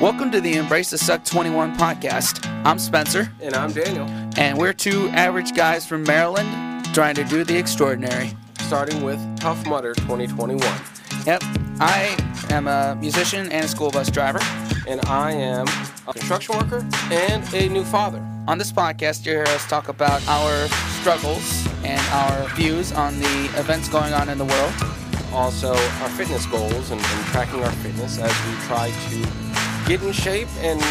Welcome to the Embrace the Suck 21 podcast. I'm Spencer, And I'm Daniel, and we're two average guys from Maryland trying to do the extraordinary. starting with Tough Mudder 2021. Yep, I am a musician and a school bus driver. And I am a construction worker and a new father. On this podcast, you hear us talk about our struggles and our views on the events going on in the world. Also, our fitness goals and, and tracking our fitness as we try to get in shape and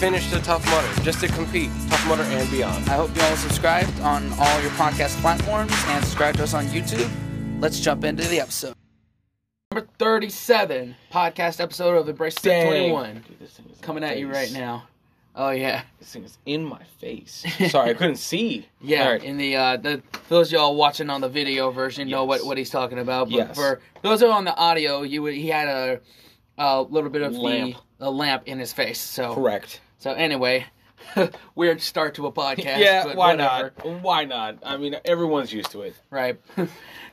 finish the Tough Mudder, just to compete, Tough Mudder and beyond. I hope you all subscribed on all your podcast platforms and subscribe to us on YouTube. Let's jump into the episode. Number 37 podcast episode of Embrace the Suck 21 Dude, this thing is in coming my at you face. right now. Oh, yeah. This thing is in my face. Sorry, I couldn't see. Yeah, All right. in the uh, the those y'all watching on the video version know what, Yes. what he's talking about. But Yes. for those who are on the audio, you would, he had a a little bit of Lamp. the a lamp in his face. So Correct. so anyway, weird start to a podcast. yeah, but why whatever. not? Why not? I mean, everyone's used to it. Right,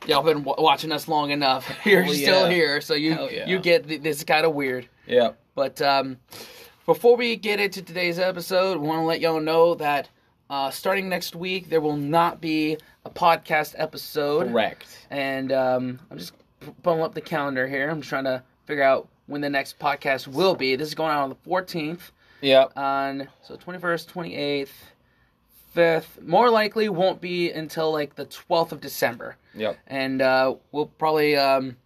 y'all been w- watching us long enough. You're Hell still yeah. here, so you Hell yeah. you get th- this is kind of weird. Yeah. But um, before we get into today's episode, we want to let y'all know that uh, starting next week there will not be a podcast episode. Correct. And um, I'm just p- pulling up the calendar here. I'm trying to figure out when the next podcast will be. This is going out on the 14th. Yep. On so 21st, 28th, 5th. More likely won't be until like the 12th of December. Yep. And uh, we'll probably um,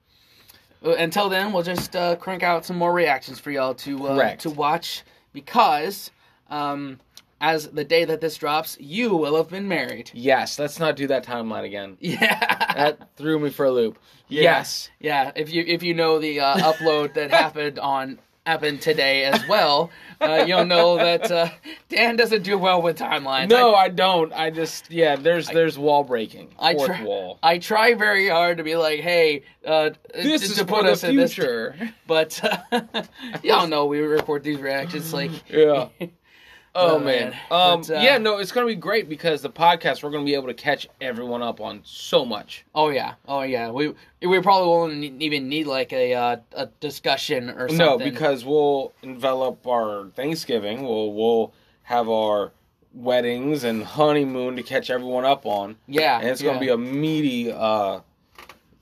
until then we'll just uh, crank out some more reactions for y'all to uh, Correct. to watch because um, as the day that this drops, you will have been married. Yes, let's not do that timeline again. Yeah. That threw me for a loop. Yes. Yeah, if you if you know the uh, upload that happened on happened today as well, uh, you'll know that uh, Dan doesn't do well with timelines. No, I don't. I just yeah. There's there's wall breaking. I, I Fourth try, wall. I try very hard to be like, hey, uh, This to is to for put the us in this, future. but uh, y'all know we record these reactions like yeah. Oh, Oh, man. man. Um. But, uh, yeah. No, it's gonna be great because the podcast we're gonna be able to catch everyone up on so much. Oh yeah, oh yeah. We we probably won't ne- even need like a uh, a discussion or something. No, because we'll envelop our Thanksgiving. We'll we'll have our weddings and honeymoon to catch everyone up on, yeah, and it's gonna yeah, be a meaty uh,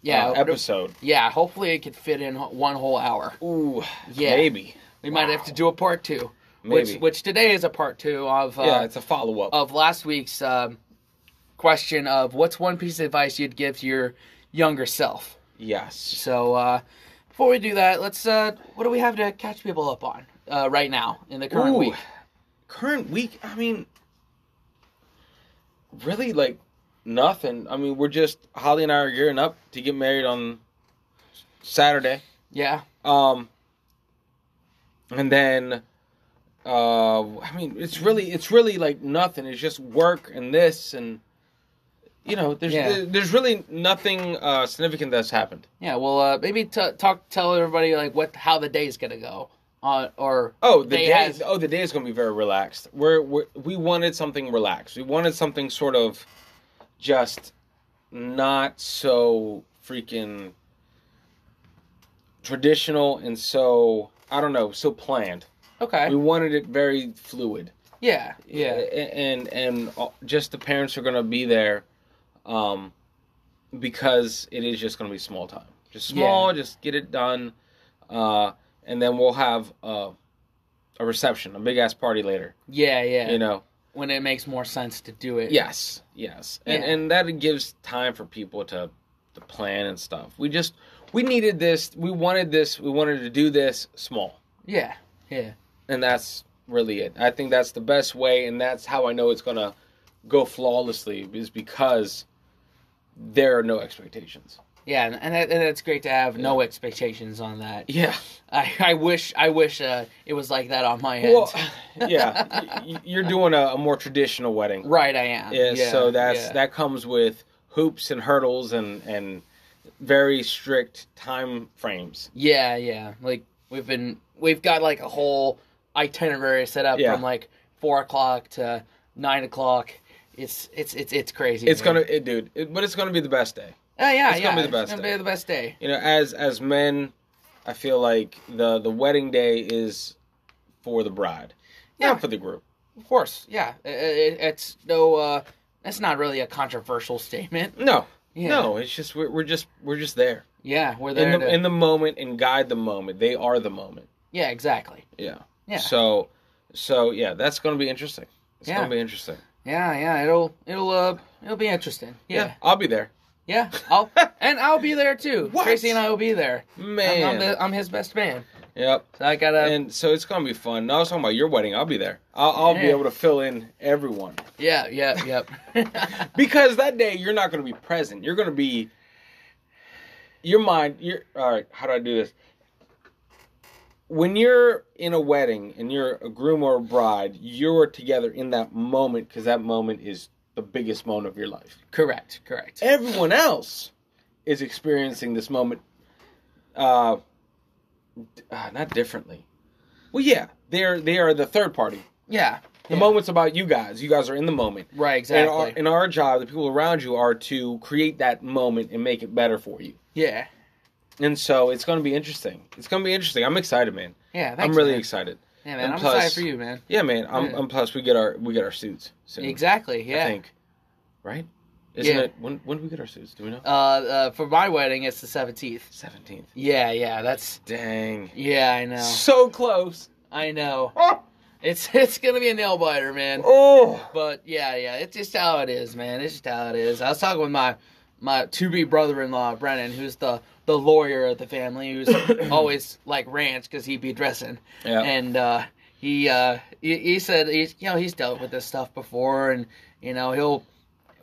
yeah uh, it- episode. Yeah, hopefully it could fit in one whole hour. Ooh. Yeah. Maybe. We might have to do a part two, Maybe. which which today is a part two of uh, Yeah. It's a follow up. of last week's um, question of what's one piece of advice you'd give to your younger self. yes. So uh, before we do that, let's uh, what do we have to catch people up on uh, right now in the current Ooh. week? current week i mean really like nothing i mean we're just holly and i are gearing up to get married on saturday Yeah, um and then uh i mean it's really it's really like nothing it's just work and this and you know there's Yeah. there- there's really nothing uh significant that's happened yeah. Well, uh, maybe t- talk tell everybody like what how the day's gonna go. Uh, or Oh, the day. has- oh, the day is going to be very relaxed. We're, we're we wanted something relaxed. We wanted something sort of just not so freaking traditional and so I don't know, so planned. We okay, wanted it very fluid. yeah, A- yeah, and and all- just the parents are going to be there, um, because it is just going to be small time, just small, just get it done, uh, and then we'll have uh, a reception, a big ass party later. yeah, yeah. You know, When it makes more sense to do it. yes, yes, and Yeah. and that gives time for people to to plan and stuff. We just we needed this, we wanted this, we wanted to do this small, yeah, yeah. and that's really it. I think that's the best way, and that's how I know it's gonna go flawlessly is because there are no expectations. Yeah, and and, that, and it's great to have no expectations on that. Yeah, I, I wish I wish uh, it was like that on my end. well, yeah, y- y- you're doing a, a more traditional wedding, right, I am. yeah, So that's yeah. that comes with hoops and hurdles and and very strict time frames. Yeah, yeah. Like we've been we've got like a whole itinerary set up Yeah. from like four o'clock to nine o'clock. It's it's it's it's crazy. It's man. gonna, it, dude, it, but it's gonna be the best day. Oh, yeah, it's yeah. gonna be the it's best gonna day. be the best day. You know, as as men, I feel like the the wedding day is for the bride, Yeah. not for the group. Of course, yeah. I- I- I- it's no. Uh, that's not really a controversial statement. No, Yeah. no, it's just we're, we're just we're just there, Yeah, we're there. in the to- in the moment and guide the moment. They are the moment. yeah, exactly. Yeah. Yeah. So, so yeah, that's gonna be interesting. It's Yeah. gonna be interesting. Yeah, yeah. It'll it'll uh it'll be interesting. Yeah. Yeah, I'll be there. yeah. I'll and I'll be there too. What? Tracy and I will be there. I'm, Man. I'm, the, I'm his best man. yep. So I gotta. and so it's gonna be fun. No, I was talking about your wedding. I'll be there. I'll, I'll be Yeah. able to fill in everyone yeah, yeah, yep. because that day you're not gonna be present. You're gonna be your mind. You're all right. How do I do this? When you're in a wedding and you're a groom or a bride, you're together in that moment because that moment is the biggest moment of your life. correct, correct. everyone else is experiencing this moment uh, d- uh not differently well yeah they're they are the third party Yeah. the yeah. moment's about you guys you guys are in the moment Right. and Exactly. our, and our job the people around you are to create that moment and make it better for you yeah. and so it's going to be interesting it's going to be interesting i'm excited man Yeah. Thanks, i'm really man. excited Yeah, man. and I'm plus- excited for you, man. yeah man i'm, Yeah. I'm plus we get our we get our suits soon, Exactly. i Yeah. think right isn't Yeah. it when when do we get our suits do we know Uh, uh, for my wedding, it's the 17th. 17th Yeah, yeah. That's dang yeah. I know. So close. I know. Oh, It's it's gonna be a nail biter, man. But yeah, yeah, it's just how it is, man. It's just how it is. I was talking with my my to be brother in law, Brennan, who's the the lawyer of the family, who's always like ranch because he'd be dressing, Yeah. and uh, he, uh, he he said he's you know he's dealt with this stuff before, and you know he'll.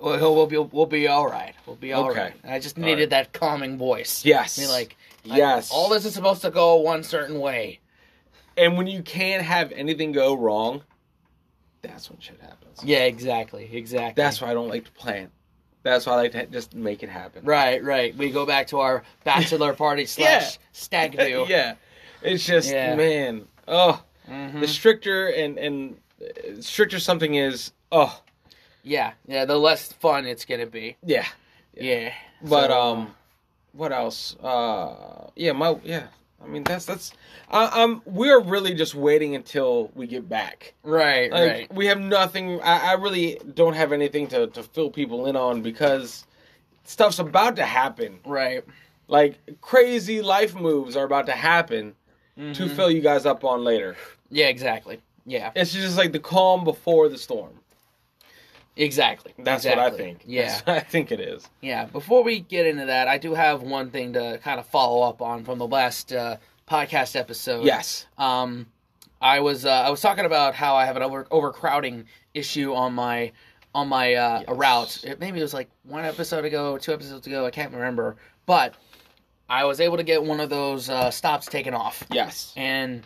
We'll, he'll, we'll be we'll be all right. We'll be all right. Okay. I just All needed that calming voice. Yes. Be like I- yes. all this is supposed to go one certain way. and when you can't have anything go wrong, that's when shit happens. Yeah, exactly, exactly. That's why I don't like to plan. That's why I like to ha- just make it happen. Right, right. We go back to our bachelor party slash stag do. yeah. It's just Uh, Yeah. man. Oh, Mhm. the stricter and and uh, stricter something is. Oh, yeah, yeah. The less fun it's gonna be. yeah. Yeah, But So, um, what else? Uh, yeah, my yeah. I mean, that's that's. I, I'm. We're really just waiting until we get back. right, Like right. we have nothing. I, I really don't have anything to to fill people in on because stuff's about to happen. Right. Like crazy life moves are about to happen to Mhm. fill you guys up on later. Yeah, exactly. Yeah, It's just like the calm before the storm. exactly. That's what I exactly. think. Yeah, That's what I think it is. yeah. Before we get into that, I do have one thing to kind of follow up on from the last uh, podcast episode. Yes. um, I was uh, I was talking about how I have an over, overcrowding issue on my on my uh, Yes. route. It, maybe it was like one episode ago, two episodes ago. I can't remember, but I was able to get one of those uh, stops taken off Yes. and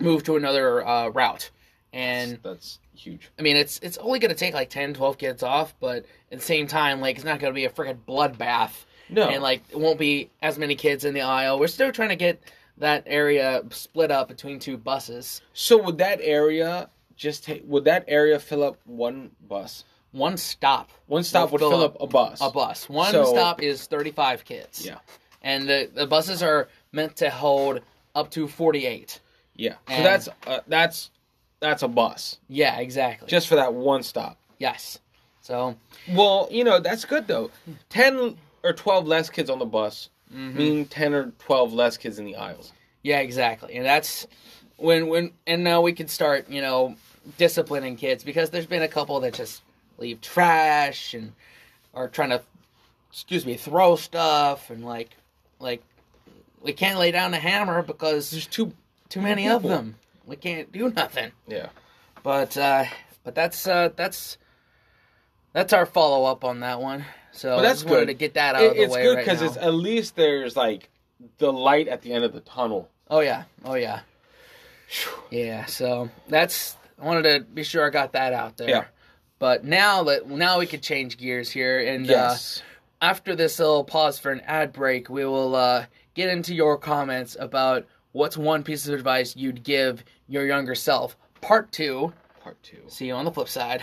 move to another uh, route. And that's huge. I mean, it's it's only going to take like 10, 12 kids off, but at the same time, like it's not going to be a freaking bloodbath No. and like it won't be as many kids in the aisle. We're still trying to get that area split up between two buses. so would that area just take? Would that area fill up one bus? One stop, One stop would fill fill, up up, a bus. a bus. One So- stop is 35 kids. Yeah. And the, the buses are meant to hold up to 48. Yeah. So And- that's uh, that's that's a bus Yeah, exactly. just for that one stop. yes. So, Well, you know, that's good though. 10 or 12 less kids on the bus Mm-hmm. mean 10 or 12 less kids in the aisles. yeah, exactly. And that's when when and now we can start, you know, disciplining kids because there's been a couple that just leave trash and are trying to excuse me, throw stuff and like like we can't lay down a hammer because There's two. too many of people. them. We can't do nothing. Yeah. But uh but that's uh that's that's our follow up on that one. So But I that's just wanted good. to get that out It- of the it's way good right because now. it's at least there's like the light at the end of the tunnel. Oh yeah. Oh yeah. Yeah, so that's I wanted to be sure I got that out there. Yeah. But now that now we could change gears here and uh Yes. after this little pause for an ad break, we will uh, get into your comments about what's one piece of advice you'd give your younger self. Part two. Part two. See you on the flip side.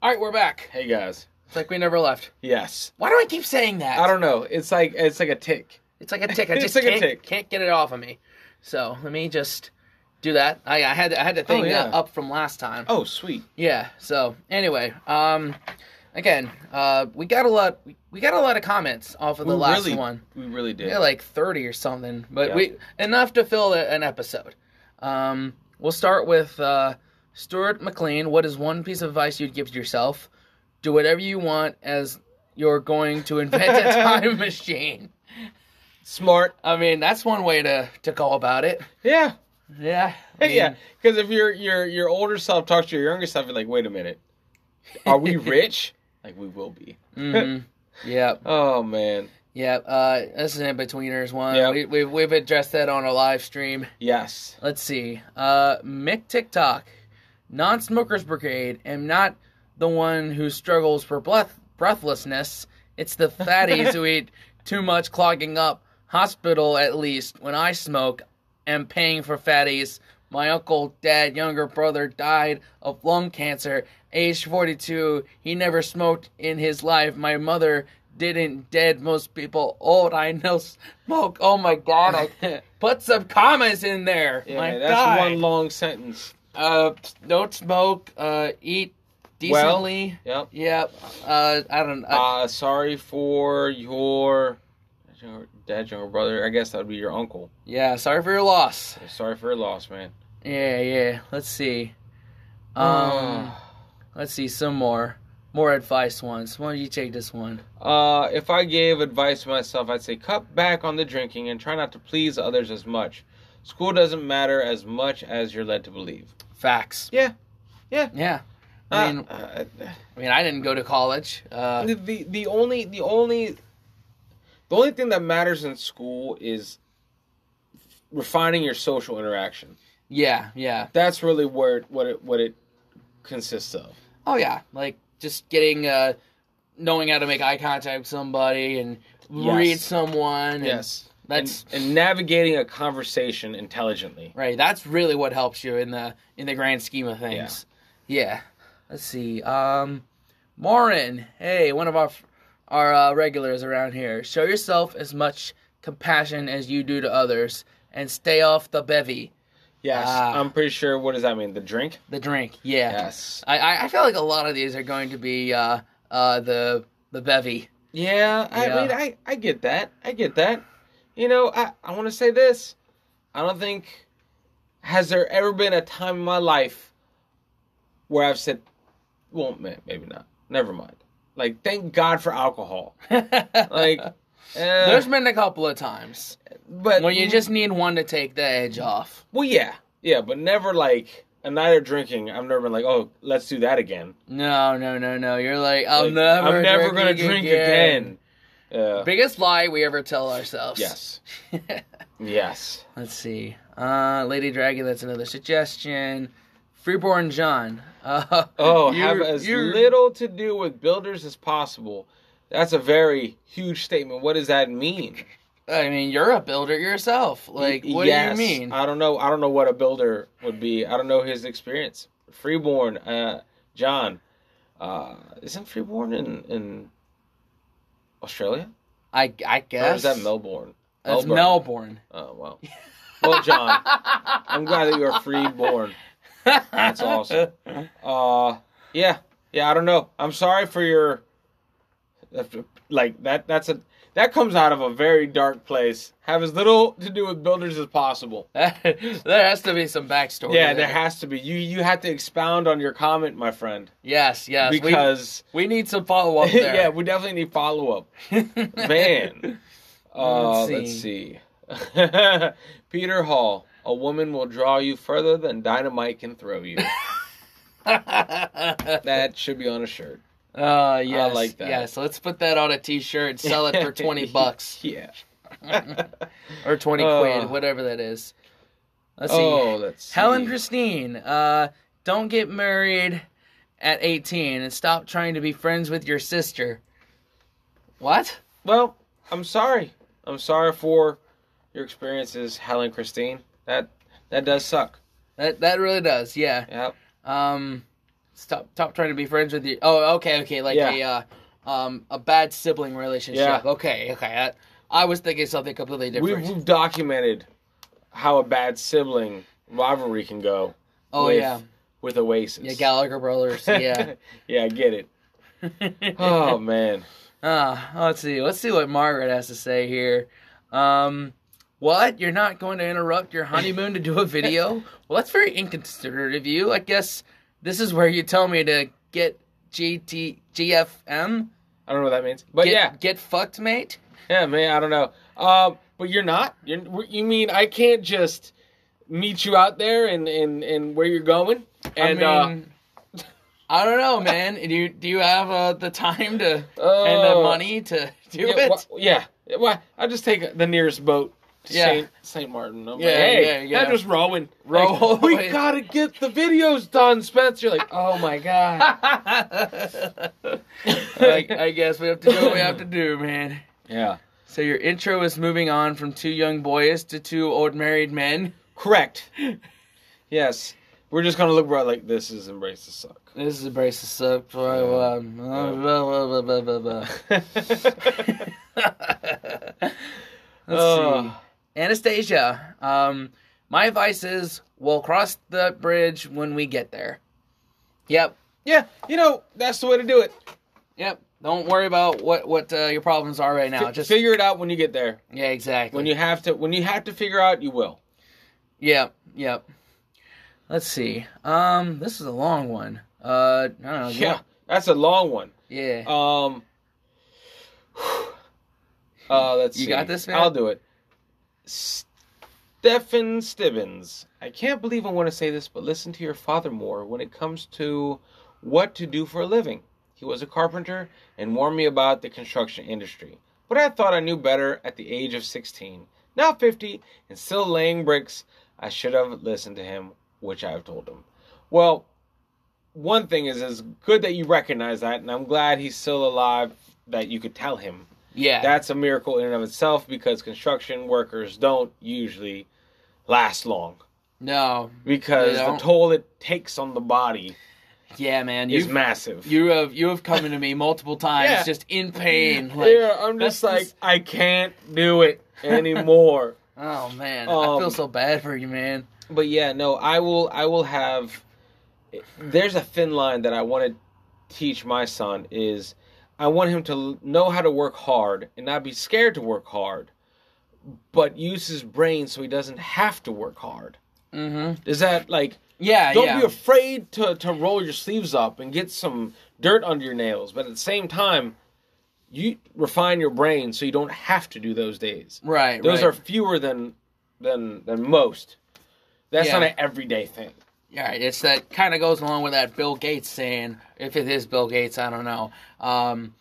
All right, we're back. Hey guys. It's like we never left. Yes. Why do I keep saying that? I don't know. It's like it's like a tick. It's like a tick. I It's just like a can't, tick. can't get it off of me. So let me just do that. I, I had I had to think Oh, yeah. that up from last time. Oh, sweet. Yeah. So anyway, um, again, uh, we got a lot. We, we got a lot of comments off of the We last really- one. We really did. Yeah, like thirty or something. But Yeah. we enough to fill a, an episode. Um, we'll start with uh, Stuart McLean. What is one piece of advice you'd give to yourself? Do whatever you want, as you're going to invent a time machine. Smart. I mean, that's one way to to go about it. Yeah. Yeah. I Yeah. mean, 'Cause yeah. Because if your your your older self talks to your younger self, you're like, wait a minute, are we rich? like we will be. mhm. Yeah. Oh man. Yeah, uh, this is an in-betweeners one. Yeah. We, we've, we've addressed that on our live stream. Yes. Let's see. Uh, Mick TikTok, non-smokers brigade, am not the one who struggles for breath- breathlessness. It's the fatties who eat too much, clogging up hospital. At least when I smoke, am paying for fatties. My uncle, dad, younger brother died of lung cancer, age 42. He never smoked in his life. My mother didn't dead. Most people old I know smoke. Oh my god, I put some commas in there. Yeah, my that's god. one long sentence. Uh, don't smoke, uh, eat Well. decently. Yep. yep. Uh, I don't I- Uh, sorry for your your dad, younger brother. I guess that would be your uncle. yeah, sorry for your loss. Sorry for your loss, man. Yeah, yeah. Let's see. Uh. Um, let's see some more, more advice ones. Why don't you take this one? Uh, if I gave advice to myself, I'd say cut back on the drinking and try not to please others as much. School doesn't matter as much as you're led to believe. Facts. Yeah. Yeah. Yeah. I mean, Uh, uh, I mean, I didn't go to college. Uh, the, the the only the only the only thing that matters in school is refining your social interaction. yeah, yeah. That's really where it- what it what it consists of. Oh yeah, like just getting, uh, knowing how to make eye contact with somebody and Yes. read someone. and- that's- and, and navigating a conversation intelligently. Right, that's really what helps you in the in the grand scheme of things. Yeah. Let's see. Um Morin, hey, one of our our uh, regulars around here. Show yourself as much compassion as you do to others and stay off the bevy, Yes, Ah. I'm pretty sure. What does that mean? The drink. the drink. Yeah. Yes. I- I I feel like a lot of these are going to be uh uh the the bevy. Yeah, I Yeah. mean, I I get that. I get that. You know, I I want to say this. I don't think has there ever been a time in my life where I've said, well, ma- maybe not. Never mind. Like, thank God for alcohol. Like, uh, eh, There's been a couple of times but when you just need one to take the edge off. well, yeah, yeah, but never like a night of drinking. I've never been like, oh, let's do that again. No, no, no, no. You're like, I'm Like, never I'm never gonna drinking drink again. Uh, Biggest lie we ever tell ourselves. yes. Yes. Let's see. Uh, Lady Dragon, that's another suggestion. Freeborn John. Uh, Oh, you- have as you- little to do with builders as possible. That's a very huge statement. What does that mean? I mean, you're a builder yourself. Like, what Yes. Uh, do you mean? I don't know. I don't know what a builder would be. I don't know his experience. Freeborn, uh, John, uh, isn't Freeborn in in Australia? I, I Or guess. is that Melbourne? That's Melbourne. Oh well. Well, John, I'm glad that you're freeborn. That's awesome. Uh, yeah, yeah. I don't know. I'm sorry for your, like that. That's a that comes out of a very dark place. Have as little to do with builders as possible. there has to be some backstory. Yeah, there has to be. You you have to expound on your comment, my friend, Yes, yes. we- because we, need some follow up there. yeah, we definitely need follow up. Man. Uh, let's see. Peter Hall. A woman will draw you further than dynamite can throw you. that should be on a shirt. Uh, yes, like that. Yes, let's put that on a T-shirt. Sell it for twenty bucks Yeah. or twenty Uh. quid, whatever that is. Let's see. Oh, let's see. Helen Christine, uh, don't get married at 18 and stop trying to be friends with your sister. What? Well, I'm sorry. I'm sorry for your experiences, Helen Christine. That that does suck. That that really does, yeah. Yep. Um, stop stop trying to be friends with your. Oh, okay, okay, like Yeah. a uh, um a bad sibling relationship. Yeah. Okay, okay. I, I was thinking something completely We've, different. we've documented how a bad sibling rivalry can go Oh with- yeah, with Oasis. yeah, Gallagher brothers. Yeah. yeah, I get it. Oh man. Uh, let's see. Let's see what Margaret has to say here. Um, what? You're not going to interrupt your honeymoon to do a video? Well, that's very inconsiderate of you. I guess this is where you tell me to get GT GFM. I don't know what that means. But get, yeah. get fucked, mate. Yeah, man, I don't know. Um, but you're not. You're, you mean I can't just meet you out there and and and where you're going? And uh, I mean, I don't know, man. Do you do you have uh, the time to uh, oh, and the money to do Yeah, it? wha- yeah. Why? I just take the nearest boat to Yeah. Saint Saint Martin. I'm Yeah, like, hey, yeah, yeah. I'm just rowing. Row Like, we away. gotta get the videos done, Spencer. Like, oh my god. I, I guess we have to do what we have to do, man. yeah. So your intro is moving on from two young boys to two old married men. Correct. Yes. We're just gonna look right like this is embrace the suck. This is a brace of soap for um, blah, blah, blah, blah, blah, blah. Let's see. Oh. Anastasia, um, my advice is we'll cross the bridge when we get there. Yep, Yeah, you know that's the way to do it. yep. Don't worry about what what uh, your problems are right now. Fi- Just figure it out when you get there. yeah, exactly. When you have to, when you have to figure out, you will. Yep, yep. Let's see. Um, this is a long one. Uh, I don't know. you Yeah, want- that's a long one. yeah. Um, uh, let's You see. got this, man? I'll do it. Stefan Stibbins. I can't believe I want to say this, but listen to your father more when it comes to what to do for a living. He was a carpenter and warned me about the construction industry. But I thought I knew better at the age of 16. Now 50 and still laying bricks. I should have listened to him, which I've told him. Well, one thing is, it's good that you recognize that, and I'm glad he's still alive that you could tell him. yeah. That's a miracle in and of itself because construction workers don't usually last long no. because They the don't. toll it takes on the body Yeah, man. is You've, massive. you have you have come into me multiple times, Yeah. just in pain. Like, yeah, I'm just like, that's- I can't do it anymore. oh man, I Um, feel so bad for you, man. but yeah, no, I will. I will have. There's a thin line that I want to teach my son is, I want him to l- know how to work hard and not be scared to work hard, but use his brain so he doesn't have to work hard. Mm-hmm. Is that like? Yeah, Don't yeah. be afraid to to roll your sleeves up and get some dirt under your nails, but at the same time, you refine your brain so you don't have to do those days. right. Those right. are fewer than than than most. That's Yeah. not an everyday thing. Yeah, it's that kind of goes along with that Bill Gates saying, if it is Bill Gates, I don't know. Um,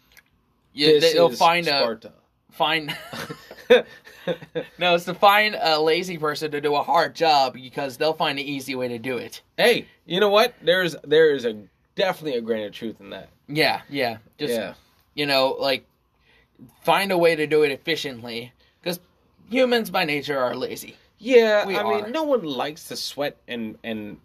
you, This they'll is find Sparta. a find. no, it's to find a lazy person to do a hard job because they'll find an easy way to do it. hey, you know what? There's there is a definitely a grain of truth in that. Yeah, yeah. Just yeah, you know, like find a way to do it efficiently because humans by nature are lazy. yeah. we I are. mean, no one likes to sweat and and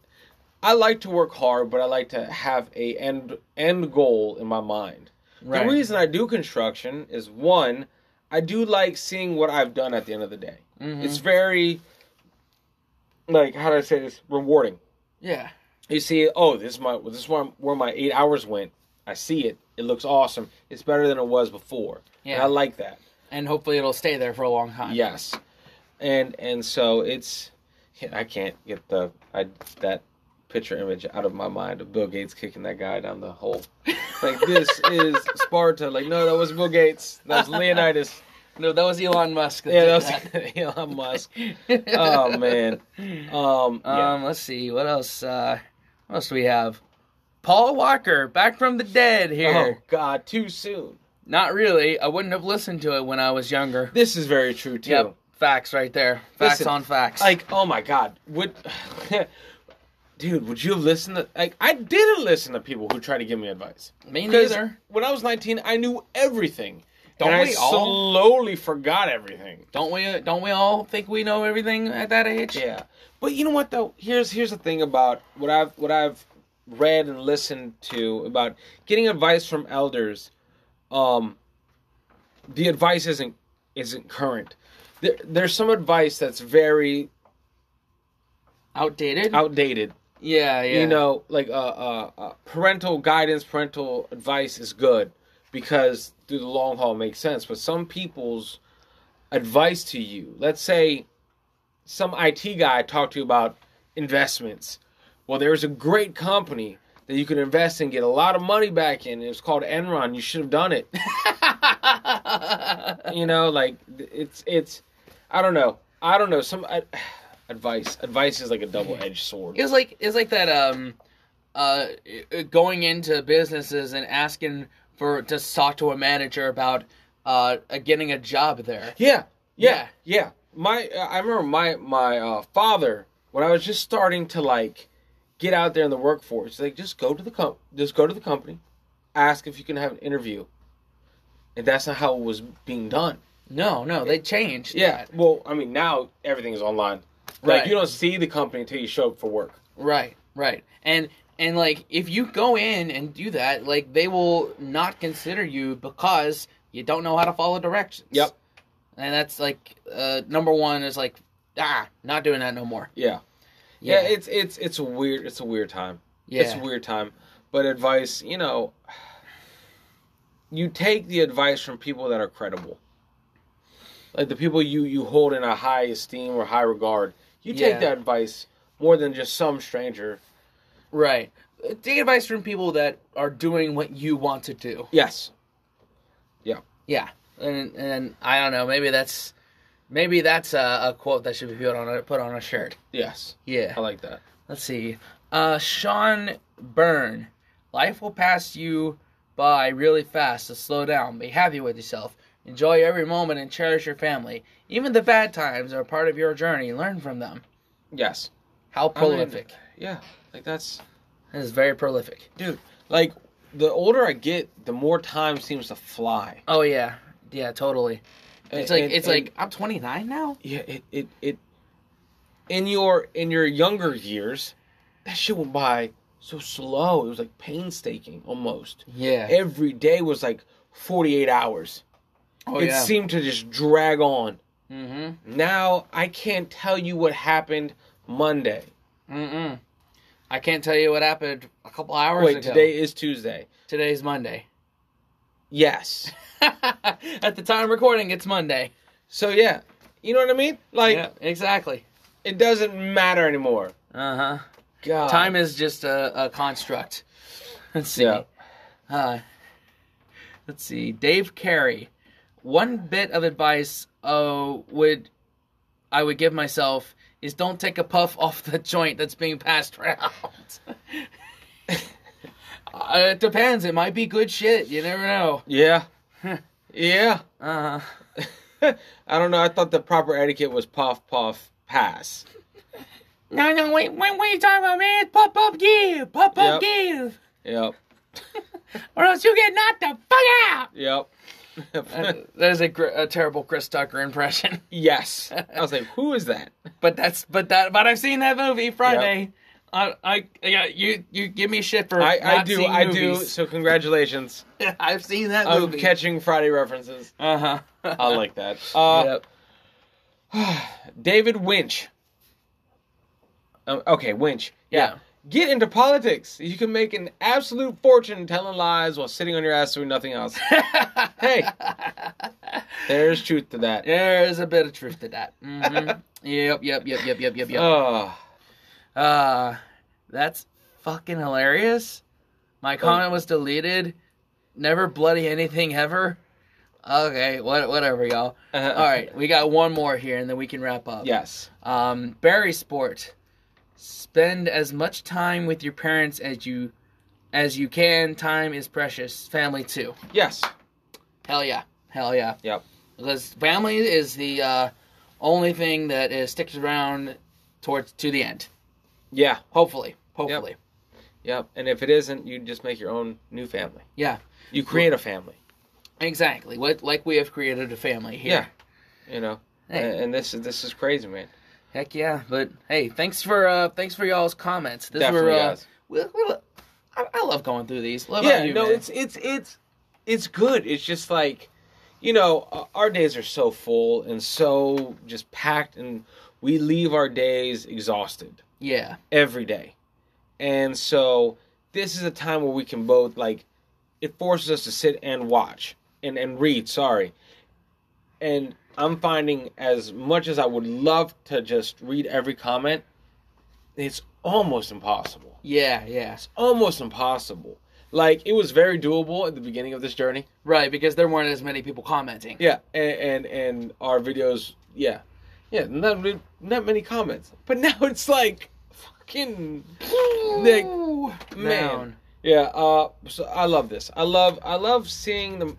I like to work hard, but I like to have a end end goal in my mind. The reason I do construction is one, I do like seeing what I've done at the end of the day. Mhm. It's very like how do I say this? Rewarding. yeah. you see, oh, this is my this is where, where my eight hours went. I see it. It looks awesome. It's better than it was before. And Yeah. I like that. And hopefully it'll stay there for a long time. Yes, and and so it's yeah, I can't get the I that picture image out of my mind of Bill Gates kicking that guy down the hole. Like this is Sparta. Like no, that was Bill Gates. That was Leonidas. No, that was Elon Musk. That Yeah, did that was that. Elon Musk. Oh man. Um. yeah. Um, let's see what else. Uh, what else do we have? Paul Walker back from the dead Oh here. God, too soon. Not really. I wouldn't have listened to it when I was younger. This is very true too. Yep. Facts right there. Facts Listen, on facts. like oh my god would dude would you have listened to like i didn't listen to people who try to give me advice me because neither. when i was 19 i knew everything Don't and we i all? slowly forgot everything Don't we? Don't we all think we know everything at that age? yeah but you know what though here's here's the thing about what i've what i've read and listened to about getting advice from elders um the advice isn't isn't current there, there's some advice that's very outdated. outdated. yeah, yeah. You know, like uh, uh, uh, parental guidance, parental advice is good because through the long haul it makes sense. But some people's advice to you, let's say some IT guy talked to you about investments. Well, there's a great company that you can invest in, get a lot of money back in. and It's called Enron. You should have done it. you know, like it's it's. I don't know. I don't know. Some I, advice. Advice is like a double edged sword. It was like it's like that um uh going into businesses and asking for to talk to a manager about uh getting a job there. Yeah, yeah, yeah. My, uh, I remember my my uh, father when I was just starting to like get out there in the workforce. Like, just go to the com- just go to the company, ask if you can have an interview, and that's not how it was being done. No, no, they changed. Yeah. that. Well, I mean, now everything is online. Like, Right. you don't see the company until you show up for work. Right, right. And and like if you go in and do that, like they will not consider you because you don't know how to follow directions. Yep. And that's like uh number 1 is like ah, not doing that no more. Yeah. Yeah. It's it's it's a weird it's a weird time. It's a Yeah. weird time. But advice, you know, you take the advice from people that are credible. Like the people you you hold in a high esteem or high regard. You take Yeah. that advice more than just some stranger. Right. Take advice from people that are doing what you want to do. Yes. Yeah, and and I don't know. Maybe that's maybe that's a, a quote that should be put on a put on a shirt. Yes. I Yeah. like that. Let's see. Uh, Sean Byrne. Life will pass you by really fast. So slow down. Be happy with yourself. Enjoy every moment and cherish your family. Even the bad times are part of your journey. Learn from them. Yes. How I mean, prolific. yeah. Like that's That is very prolific. dude, like the older I get, the more time seems to fly. Oh yeah, yeah, totally. It's like And- it's and- like I'm 29 now. yeah it, it it in your in your younger years that shit went by so slow it was like painstaking almost Yeah. every day was like 48 hours Oh it seemed to just drag on mm-hmm. now i can't tell you what happened monday Mm-mm. I can't tell you what happened a couple hours wait ago. today is tuesday Today's Monday. yes At the time of recording, it's Monday. so yeah you know what i mean like yeah, exactly. it doesn't matter anymore Uh huh. god Time is just a, a construct. Let's see. Yeah. Uh, let's see. Dave Carey. One bit of advice uh, would I would give myself is don't take a puff off the joint that's being passed around. uh, it depends. It might be good shit. You never know. yeah yeah Uh, I don't know. I thought the proper etiquette was puff, puff, pass. no, no, wait, wait, what are you talking about, man? Pop up, give, pop Yep. up, give, Yep. or else you get knocked the fuck out. Yep. that is a, gr- a terrible Chris Tucker impression, yes. I was like, who is that? but that's but that but I've seen that movie Friday. I I yeah, you you give me shit for I, I not do. seeing I do. movies. So congratulations. I've seen that I'm movie. catching Friday references. uh huh. I like that. Uh, yep. David Winch. Um, okay, Winch. Yeah. Yeah. Get into politics. You can make an absolute fortune telling lies while sitting on your ass doing nothing else. hey, there's truth to that. There's a bit of truth to that. Mhm. yep, yep, yep, yep, yep, yep, yep. Uh, Uh, that's fucking hilarious. My comment was deleted. Never bloody anything ever. Okay, what, whatever, y'all. All right, we got one more here, and then we can wrap up. Uh-huh. Yes. Um, Barry Sport. Spend as much time with your parents as you as you can. Time is precious. Family too. Yes. Hell yeah. Hell yeah. Yep. Because family is the uh, only thing that is sticks around towards to the end. Yeah. Hopefully. Hopefully. Yep. And if it isn't, you just make your own new family. Yeah. You create a family. Exactly. Like, like we have created a family here. You know. Hey. And, and this is this is crazy, man. Heck yeah. But hey, thanks for uh thanks for y'all's comments. This Definitely, were uh, guys. we- we- I, I love going through these. Love Yeah. you, no, man. it's it's it's it's good. It's just like, you know, uh, our days are so full and so just packed, and we leave our days exhausted. Yeah. every day. And so this is a time where we can both like it forces us to sit and watch and and read, sorry. And I'm finding as much as I would love to just read every comment, it's almost impossible. Yeah. Yeah. It's almost impossible. Like it was very doable at the beginning of this journey. Right. Because there weren't as many people commenting. Yeah, and and, and our videos, yeah, yeah, not re- not many comments. But now it's like fucking like man, Down. yeah. Uh, so I love this. I love I love seeing the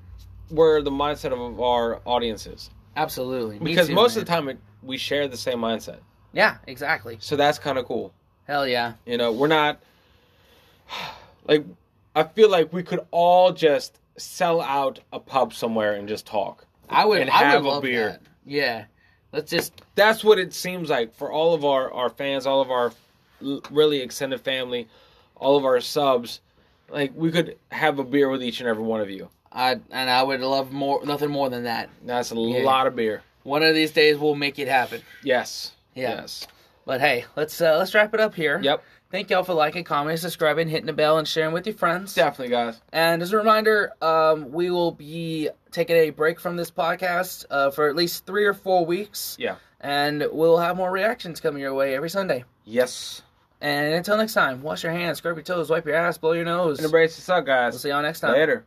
where the mindset of our audience is Absolutely. Me because too, most man. of the time it, we share the same mindset. Yeah. Exactly. So that's kind of cool. Hell yeah. You know, we're not like I feel like we could all just sell out a pub somewhere and just talk. I would. And I have a would love beer. that. Yeah. Let's just. that's what it seems like for all of our our fans, all of our l- really extended family, all of our subs. Like we could have a beer with each and every one of you. I and I would love more. Nothing more than that. That's a Yeah. lot of beer. One of these days we'll make it happen. Yes. Yeah. Yes. But hey, let's uh, let's wrap it up here. Yep. Thank y'all for liking, commenting, subscribing, hitting the bell, and sharing with your friends. Definitely, guys. And as a reminder, um, we will be taking a break from this podcast uh, for at least three or four weeks. Yeah. And we'll have more reactions coming your way every Sunday. Yes. And until next time, wash your hands, scrub your toes, wipe your ass, blow your nose. And embrace the suck, We'll guys. see y'all next time. Later.